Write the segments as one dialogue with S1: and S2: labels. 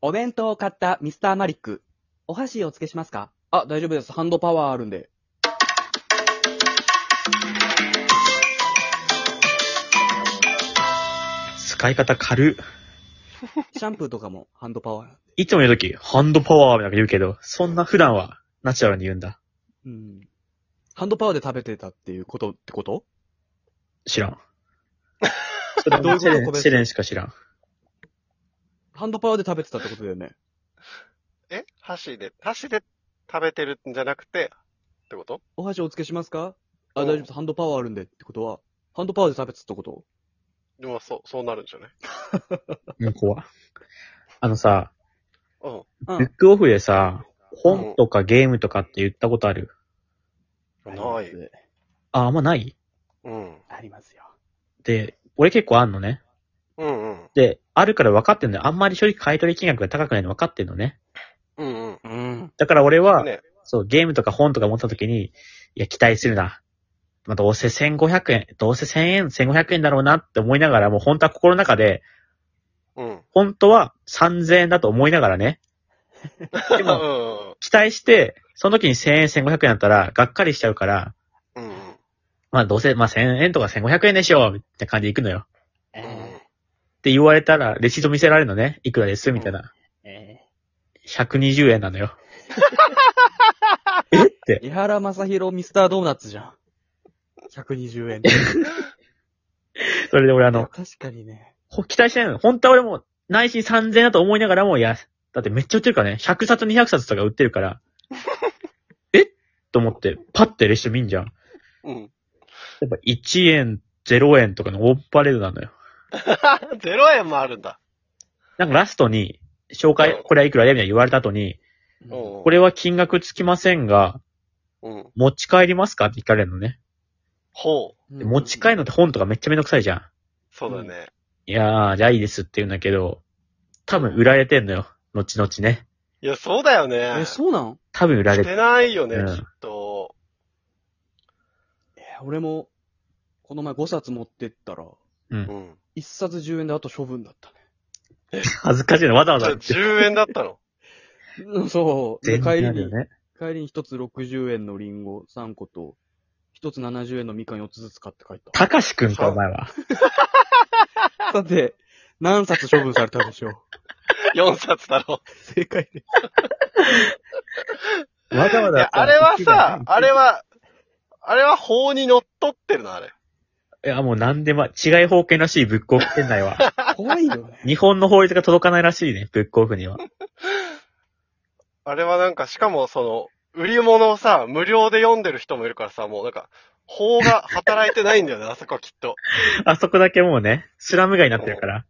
S1: お弁当を買ったミスターマリック。お箸お付けしますかあ、大丈夫です。ハンドパワーあるんで。
S2: 使い方軽っ。
S1: シャンプーとかもハンドパワー。
S2: いつも言うとき、ハンドパワーなんか言うけど、そんな普段はナチュラルに言うんだ。
S1: うん。ハンドパワーで食べてたっていうことってこと
S2: 知 らん。
S1: どういうこと
S2: シェレ
S1: ご
S2: ン
S1: めん
S2: シェレンしか知らん。
S1: ハンドパワーで食べてたってことだよね。
S3: え箸で、箸で食べてるんじゃなくて、ってこと
S1: お箸お付けしますかあ、大
S3: うん
S1: 丈夫です。ハンドパワーあるんでってことは、ハンドパワーで食べてたってこと
S3: でもそう、そうなるんじゃない
S2: 向こうは。あのさ、
S3: うん。
S1: う
S2: ブッ
S1: ん。
S2: クオフでさ、本とかゲームとかって言ったことある
S3: ない。
S2: あ、あんまない
S3: うん。
S1: ありますよ。
S2: で、俺結構あんのね。
S3: うんうん。
S2: で、あるから分かってんのよ。あんまり正直買い取り金額が高くないの分かってんのね。
S3: うん
S1: うん。
S2: だから俺
S3: う
S2: は、
S3: ん。ね。
S2: そう、ゲームとか本とか持った時に、いや、期待するな。まあ、どうせ1500円、どうせ1000円、1500円だろうなって思いながら、もう本当は心の中で、
S3: うん。
S2: 本当は3000円だと思いながらね。で
S3: うん
S2: も、期待して、その時に1000円、1500円だったら、がっかりしちゃうから、
S3: うんうん。うん
S2: まあどうせ、まあ1000円とか1500円でしょみたいな感じで行くのよ。
S1: えー
S2: って言われたら、レシート見せられるのね。いくらですみたいな。
S1: え
S2: 120円なのよ。えって。
S1: ー、伊原正宏ミスタードーナツじゃん。120円。
S2: それで俺あ
S1: あ
S2: の、
S1: 確かにね。
S2: ほ期待してないの。本当は俺も内心3000円だと思いながらも、いや、だってめっちゃ売ってるからね。100冊200冊とか売ってるから。 えと思って、パッてレシート見んじゃん。や
S3: うん。
S2: っぱ1円、0円とかのオーパレードなのよ。
S3: ゼロ円もあるんだ。
S2: なんかラストに、紹介、これはいくらでみたいな言われた後に、
S1: う
S3: うんん。こ
S2: これは金額つきませんが、
S3: うん。
S2: 持ち帰りますかって聞かれるのね。
S3: ほう。
S2: で持ち帰るのって本とかめっちゃめんどくさいじゃん。
S3: そうだね。
S2: いやー、じゃあいいですって言うんだけど、多分売られてんのよ。後々ね。
S3: いや、そうだよね。
S1: え、そうなん
S2: 多分売られ
S3: しててないよね、
S2: うん
S3: きっと。
S1: えー俺も、この前5冊持ってったら、
S2: うん
S3: う。ん。
S1: 1冊10円であと処分だった
S2: 恥ずかしいの、わざわ
S3: じ
S2: ざ
S3: ゃあ。10円だった の。
S1: ね。 うんそう。で、帰り
S2: ある
S1: に
S2: よ、ね。
S1: 帰りに1つ60円のリンゴ3個と、1つ70円のみかん4つずつ買って帰 った。
S2: たかしくんか、お前は。
S1: さて、何冊処分されたでしょう
S3: 4冊だろ。
S1: 正解で。
S2: わざわ
S3: い
S2: ざ、。
S3: やあれはさ、あれ。は、あれは法にのっとってるの、あれ。
S2: いや、もうなんでも、違い保険らしい、ブックオフ店内 は。
S1: 怖いよね。
S2: 日本の法律が届かないらしいね、ブックオフには。
S3: あれはなんか、しかもその、売り物をさ、無料で読んでる人もいるからさ、もうなんか、法が働いてないんだ よね、あそこはきっと。
S2: あそこだけもうね、スラム街になってるから。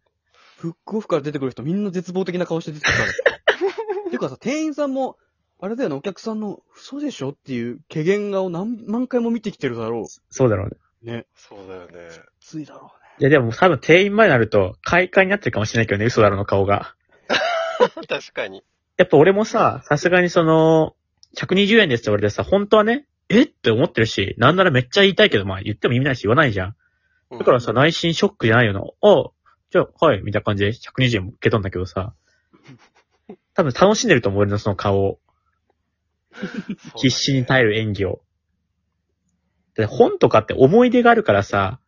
S1: フックオフから出てくる人みんな絶望的な顔して出てくる から。ていうかさ、店員さんも、あれだよね、お客さんの嘘でしょっていう、怪げ顔何万回も見てきてるだろ
S2: そうだろうね。
S1: う。ね。
S3: そうだよね。
S1: ついだろ
S2: いや、でも多分店員前になると、快感になってるかもしれないけどね、嘘だろうの顔が。
S3: 確かに。
S2: やっぱ俺もさ、さすがにその、120円ですって言われてさ、本当はね、えって思ってるし、なんならめっちゃ言いたいけど、まあ言っても意味ないし言わないじゃん。
S3: だ
S2: だからさ、、内心ショックじゃないよな。あ、じゃあ、はい、みたいな感じで120円も受け取んだけどさ。多分楽しんでると思う、俺のその顔を。必死に耐える演技を。で本とかって思い出があるからさ、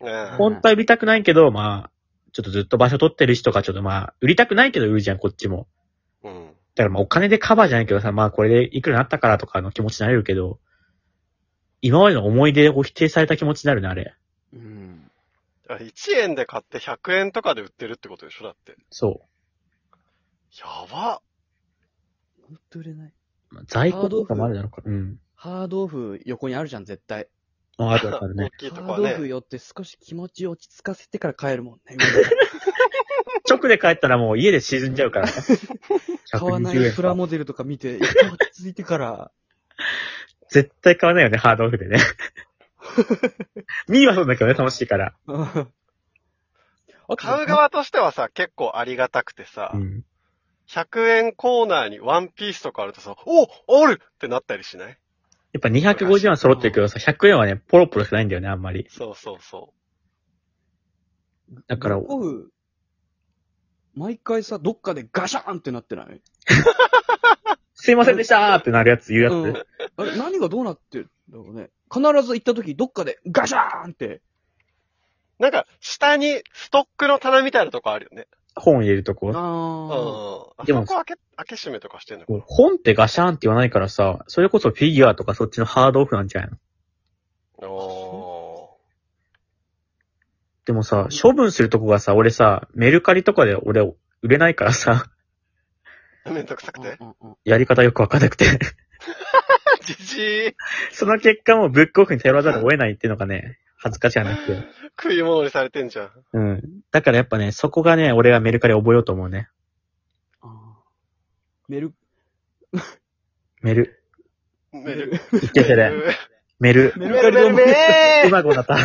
S3: える
S1: ほん
S2: 本当は売りたくないけど、まあ、ちょっとずっと場所取ってる人とか、ちょっとまあ、売りたくないけど売るじゃん、こっちも。
S3: うん。
S2: だからまあお金でカバーじゃないけどさ、まあこれでいくらになったからとかの気持ちになれるけど、今までの思い出を否定された気持ちになるね、あれ。
S1: うね。うん。
S3: あれ1円で買って100円とかで売ってるってことでしょだって。
S2: そ
S3: やば。
S1: ほんと売れない。
S2: う。まあ在庫とかもあるだろうから。うん。
S1: ハードオフ横にあるじゃん、絶対。
S2: ああるあるね
S3: 大。きいと
S1: ハ
S3: こ
S1: ー
S3: は
S1: ドオフ
S3: ね。
S1: 寄って少し気持ちを落ち着かせてから帰るもん ね。
S2: 直で帰ったらもう家で沈んじゃうからね。
S1: 買わな
S2: 120
S1: い
S2: 円
S1: プラ
S2: か。
S1: モデルとか見て、一回落ち着いてから。
S2: 絶対買わないよね、ハードオフ でね。ミーはそうだけどね、楽しいから。
S1: あ
S3: 買う側としてはさ、結構ありがたくてさ、
S2: うん。
S3: 100円コーナーにワンピースとかあるとさ、おあるってなったりしない
S2: やっぱ250円揃ってるけどさ、100円はね、ポロポロしかないんだよね、あんまり。
S3: そうそうそ
S2: だから、
S1: ブックオフ毎回さ、どっかでガシャーンってなってない
S2: すいませんでしたーってなるやつ言うやつ、
S1: うん。あれ、何がどうなってるんだろうね。必ず行った時、どっかでガシャーンって。
S3: なんか、下にストックの棚みたいなとこあるよね。
S2: 本入れると
S1: あ
S2: こ。
S1: ー
S3: うん。あ
S2: で
S3: そ
S2: も
S3: こ開け、開け閉めとかしてんのかな。
S2: 本ってガシャーンって言わないからさ、それこそフィギュアとかそっちのハードオフなんじゃないの
S3: お
S2: でもさ、処分するとこがさ、俺さ、メルカリとかで俺売れないからさ、
S3: ー。めんどくさく
S1: うん
S3: て。
S1: うんうん
S2: やり方よくわかんなくて。
S3: じじい。
S2: その結果もうブックオフに頼らざるを得ないっていうのがね、恥ずかしがなくて。
S3: 食い物にされてんじゃん。
S2: うん。だからやっぱね、そこがね、俺がメルカリ覚えようと思うね。
S1: あーメル、
S2: メル、
S3: メル。
S2: いけてる。メル、
S1: メルカリ
S3: メル
S1: の
S3: メ
S2: うまくなった。